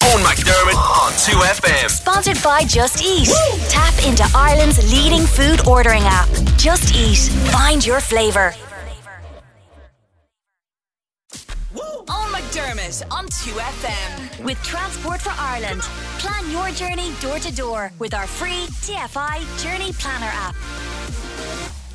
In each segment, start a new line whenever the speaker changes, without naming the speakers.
McDermott on 2FM.
Sponsored by Just Eat. Tap into Ireland's leading food ordering app. Just Eat. Find your flavour.
On McDermott on 2FM.
With Transport for Ireland, plan your journey door to door with our free TFI Journey Planner app.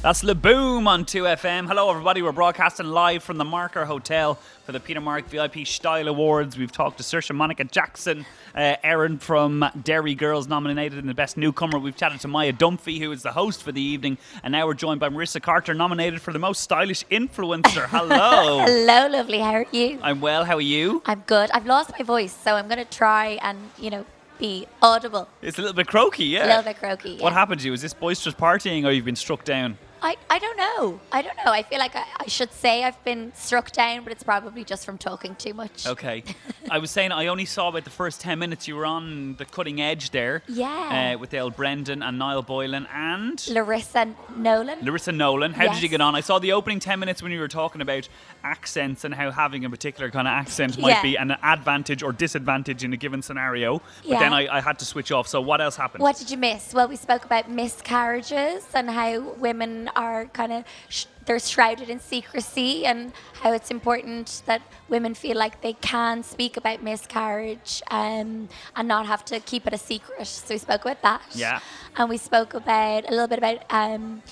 That's Laboom on 2FM. Hello, everybody. We're broadcasting live from the Marker Hotel for the Peter Mark VIP Style Awards. We've talked to Saoirse Monica Jackson, uh, Erin from Derry Girls, nominated in the Best Newcomer. We've chatted to Maya Dumphy, who is the host for the evening. And now we're joined by Marissa Carter, nominated for the Most Stylish Influencer. Hello.
Hello, lovely. How are you?
I'm well. How are you?
I'm good. I've lost my voice, so I'm going to try and, you know, be audible.
It's a little bit croaky, yeah.
A little bit croaky. yeah.
What happened to you? Is this boisterous partying or you've been struck down?
I, I don't know. I don't know. I feel like I, I should say I've been struck down, but it's probably just from talking too much.
Okay. I was saying I only saw about the first 10 minutes you were on the cutting edge there.
Yeah.
Uh, with the old Brendan and Niall Boylan and
Larissa Nolan.
Larissa Nolan. How did
Yes.
you get on? I saw the opening 10 minutes when you were talking about accents and how having a particular kind of accent might
Yeah.
be an advantage or disadvantage in a given scenario. But
Yeah.
then I, I had to switch off. So what else happened?
What did you miss? Well, we spoke about miscarriages and how women are kind of sh- they're shrouded in secrecy, and how it's important that women feel like they can speak about miscarriage um, and not have to keep it a secret. So we spoke about that.
Yeah.
And we spoke about a little bit about um,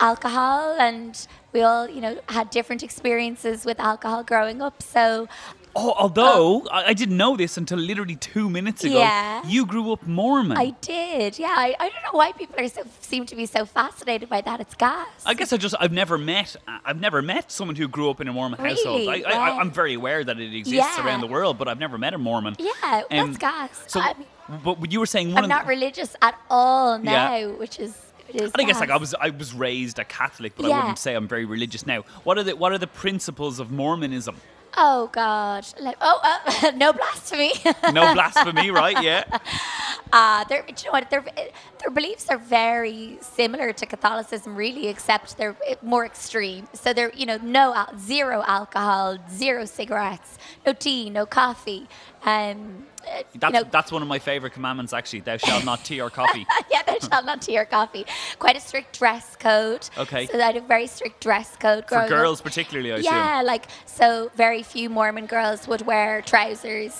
alcohol, and we all you know had different experiences with alcohol growing up. So
Oh, although I, I didn't know this until literally two minutes ago.
Yeah.
You grew up Mormon.
I did. Yeah. I, I don't know why people are so seem to be so fascinated by that. It's gas.
I guess I just I've never met I've never met someone who grew up in a Mormon household. I,
Really?
I, I,
Wow.
I'm very aware that it exists
Yeah.
around the world, but I've never met a Mormon.
Yeah,
Um,
that's gas.
So,
I'm,
but what you were saying one
I'm
of
not
the,
religious at all
Yeah.
now, which is. It is
and I guess like I
gas.
was I was raised a Catholic, but I
Yeah.
wouldn't say I'm very religious now. What are the what are the principles of Mormonism?
Oh God! Like oh, uh, no blasphemy.
No blasphemy, right? Yeah.
uh, their, do you know what? Their their beliefs are very similar to Catholicism, really, except they're eh, more extreme. So they're you know no al- zero alcohol, zero cigarettes, no tea, no coffee. Um, eh, you
That's
know,
that's one of my favorite commandments actually. Thou shalt not tea or coffee.
yeah, thou shalt not tea or coffee. Quite a strict dress code.
Okay.
So I had a very strict dress code
For
growing up.
girls particularly, I assume.
yeah, like so very few Mormon girls would wear trousers.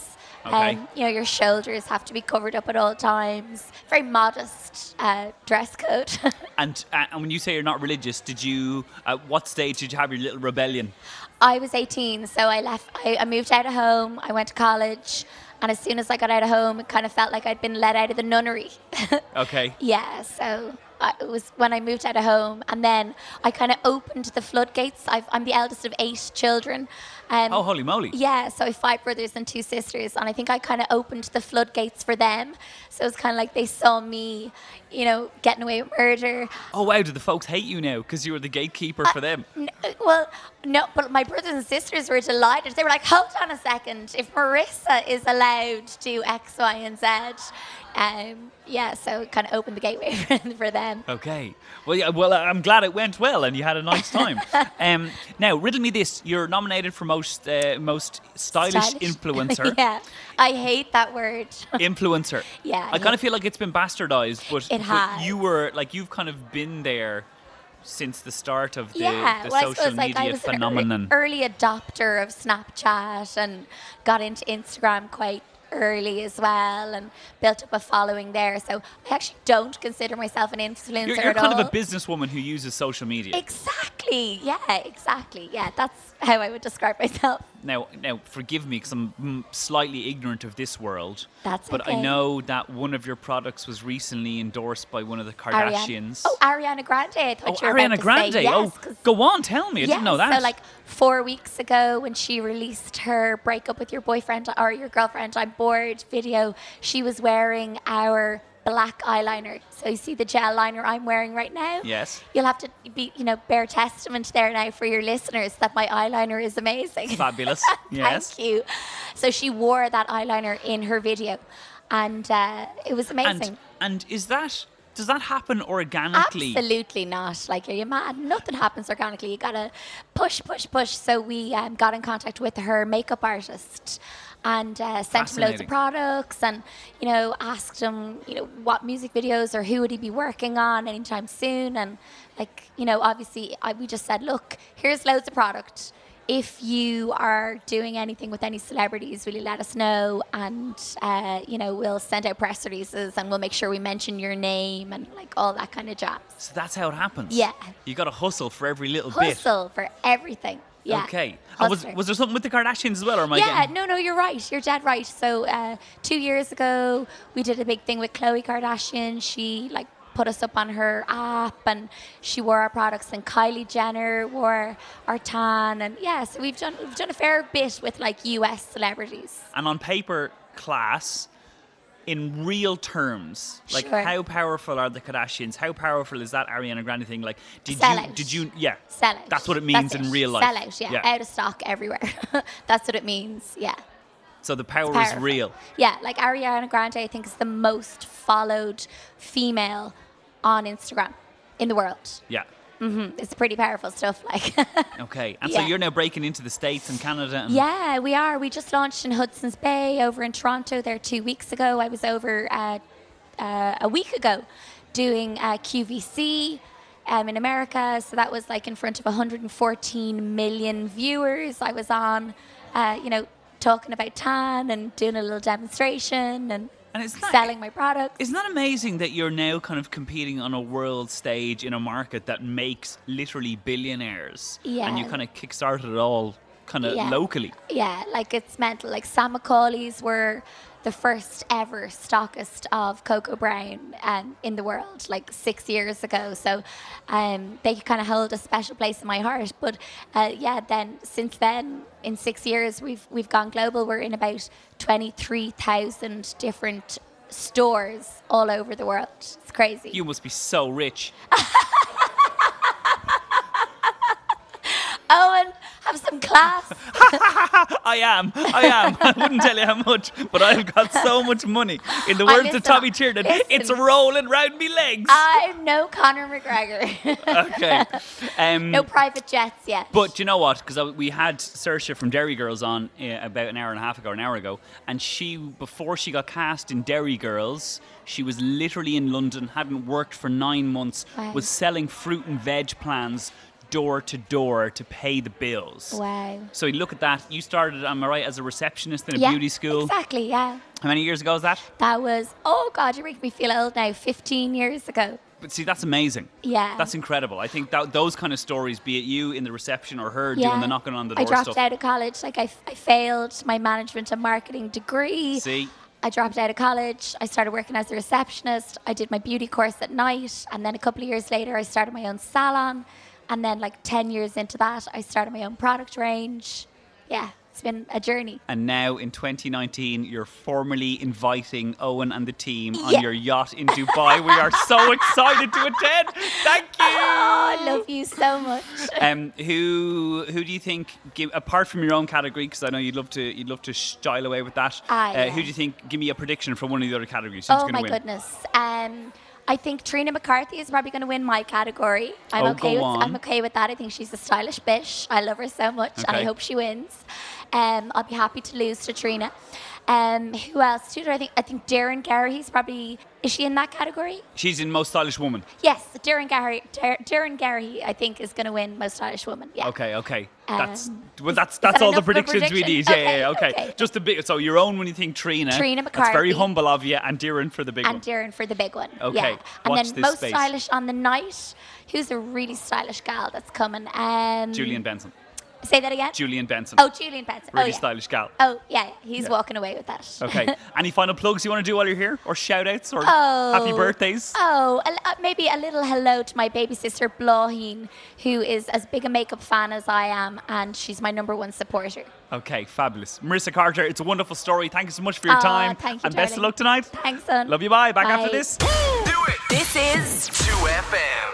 Okay.
Um, you know, your shoulders have to be covered up at all times. Very modest uh, dress code.
And uh, and when you say you're not religious, did you at what stage did you have your little rebellion?
I was 18, so I left. I, I moved out of home. I went to college, and as soon as I got out of home, it kind of felt like I'd been let out of the nunnery.
Okay.
Yeah, so I, it was when I moved out of home, and then I kind of opened the floodgates. I've, I'm the eldest of eight children. Um,
Oh, holy moly.
Yeah, so I have five brothers and two sisters, and I think I kind of opened the floodgates for them. So it was kind of like they saw me, you know, getting away with murder.
Oh wow, do the folks hate you now because you were the gatekeeper for them?
N- well, no, but my brothers and sisters were delighted. They were like, hold on a second, if Marissa is allowed to do X, Y, and Z. Um, yeah, so it kind of opened the gateway for, for them.
Okay. Well, yeah, well, I'm glad it went well and you had a nice time. um, now, riddle me this: you're nominated for most uh, most stylish,
Stylish.
influencer.
yeah, I hate that word.
Influencer.
Yeah,
I kind
yeah.
of feel like it's been bastardized, but,
It
but
has.
you were like you've kind of been there since the start of the,
yeah,
the
well, I
social
suppose like
media
I was
phenomenon.
an early, early adopter of Snapchat and got into Instagram quite early as well and built up a following there. So I actually don't consider myself an influencer
you're you're
at
kind
all.
of a businesswoman who uses social media.
Exactly. Yeah, exactly. Yeah, that's how I would describe myself.
Now, now, forgive me because I'm mm, slightly ignorant of this world.
That's
But I
okay.
know that one of your products was recently endorsed by one of the
Ariana.
Kardashians.
Oh, Ariana Grande. I thought
Oh,
you were about
Ariana
to
Grande.
Say yes,
oh,
'cause-
go on, tell me. I didn't know
Yes,
that.
So like four weeks ago, when she released her "Breakup with Your Boyfriend or Your Girlfriend, I'm Bored" video, she was wearing our black eyeliner. So you see the gel liner I'm wearing right now.
Yes.
You'll have to be, you know, bear testament there now for your listeners that my eyeliner is amazing.
Fabulous. Yes.
Thank you. So she wore that eyeliner in her video, and uh, it was amazing.
and and is that does that happen organically?
Absolutely not. Like, are you mad? Nothing happens organically. You gotta push, push, push. So we um, got in contact with her makeup artist, and uh, sent him loads
Fascinating.
of products and you know asked him you know what music videos or who would he be working on anytime soon and like you know obviously I, we just said look here's loads of product if you are doing anything with any celebrities will you let us know and uh, you know we'll send out press releases and we'll make sure we mention your name and like all that kind of jazz
So that's how it happens.
Yeah.
You got to hustle for every little bit.
hustle for everything yeah
Okay. And was,
Hustler.
was there something with the Kardashians as well, or am I
Yeah,
getting-
no, no, you're right. You're dead right. So uh, two years ago, we did a big thing with Khloe Kardashian. She like put us up on her app, and she wore our products. And Kylie Jenner wore our tan, and yeah, so we've done we've done a fair bit with like U.S. celebrities.
And on paper, class, in real terms, like
Sure.
how powerful are the Kardashians? How powerful is that Ariana Grande thing? Like, did you?
Sellout.
Did you? Yeah.
Sell out.
That's what it means in real life.
Sell out. Yeah. out of stock everywhere. That's what it means. Yeah.
So the power is
Powerful.
real.
Yeah, like Ariana Grande, I think is the most followed female on Instagram in the world.
Yeah.
It's pretty powerful stuff. Like,
Okay. And so
Yeah.
you're now breaking into the states and Canada. And
yeah, we are. We just launched in Hudson's Bay over in Toronto there two weeks ago. I was over uh, uh, a week ago doing uh, QVC um, in America. So that was like in front of 114 million viewers. I was on, uh, you know, talking about tan and doing a little demonstration and,
And it's not-
selling my products.
Isn't that amazing that you're now kind of competing on a world stage in a market that makes literally billionaires? And you
Yeah.
kind of kickstarted it all kind of
Yeah.
locally.
Yeah, like it's mental. Like Sam McCauley's were the first ever stockist of cocoa brown um, in the world, like six years ago. So um, they kind of hold a special place in my heart. But uh, yeah, then since then, in six years, we've we've gone global. We're in about twenty three thousand different stores all over the world. It's crazy.
You must be so rich.
Owen, have some class.
I am. I am. I wouldn't tell you how much, but I've got so much money. In the
I
words of
listen-
Tommy Tiernan, it's
listen.
rolling round me legs.
I'm no Conor McGregor.
okay. Um,
no private jets yet.
But do you know what? Because we had Saoirse from Derry Girls on uh, about an hour and a half ago, an hour ago, and she, before she got cast in Derry Girls, she was literally in London, hadn't worked for nine months,
Wow.
was selling fruit and veg plans door to door to pay the bills.
wow.
So you look at that. You started, am I right, as a receptionist in a beauty school?
Exactly, yeah.
How many years ago was that?
That was, oh God, you make me feel old now, 15 years ago.
But see, that's amazing.
Yeah.
That's incredible. I think that those kind of stories, be it you in the reception or her doing the knocking on the door
I dropped
stuff.
out of college. Like, I, I failed my management and marketing degree.
See?
I dropped out of college. I started working as a receptionist. I did my beauty course at night. And then a couple of years later, I started my own salon. And then, like, 10 years into that, I started my own product range. Yeah, it's been a journey.
And now in 2019, you're formally inviting Owen and the team on
Yeah.
your yacht in Dubai. we are so excited to attend. Thank you.
Oh, I love you so much.
Um, who who do you think, give, apart from your own category, because I know you'd love to you'd love to style away with that. uh,
Ah, yeah.
Who do you think? Give me a prediction for one of the other categories. Who's
Oh
going to
my
win?
goodness. Um, I think Trina McCarthy is probably going to win my category. I'm
Oh,
okay.
go
With,
on.
I'm okay with that. I think she's a stylish bitch. I love her so much, and I
Okay.
hope she wins. Um, I'll be happy to lose to Trina. Um, who else? Tudor, I think. I think Darren Garrity's probably. Is she in that category?
She's in most stylish woman.
Yes, Darren Garrity. Dar- Darren Garrity, I think, is going to win most stylish woman. Yeah.
Okay, okay. that's
Um,
well, that's
that
that's all the
enough of a
predictions we
prediction?
need.
Okay,
yeah, yeah, okay.
okay.
Just a bit. So your own when you think Trina.
Trina
That's very
McCarthy.
humble of you, and Darren for the big one.
And Darren for the big one.
Okay,
Yeah. And
watch
then
this
most
space.
stylish on the night. Who's a really stylish gal that's coming? Um,
Julian Benson.
Say that again.
Julian Benson.
Oh, Julian Benson.
really
oh, yeah.
stylish gal.
Oh, yeah, yeah, he's
Yeah.
walking away with that.
Okay. Any final plugs you want to do while you're here, or shout outs, or
Oh.
happy birthdays?
Oh, a, uh, maybe a little hello to my baby sister Blaheen, who is as big a makeup fan as I am, and she's my number one supporter.
Okay, fabulous. Marissa Carter, it's a wonderful story. Thank you so much for your
Aw,
time.
Ah, thank you,
and best of
darling.
luck tonight.
Thanks, son.
Love you. Bye. Back after
Bye.
this.
Do it.
This is
2FM.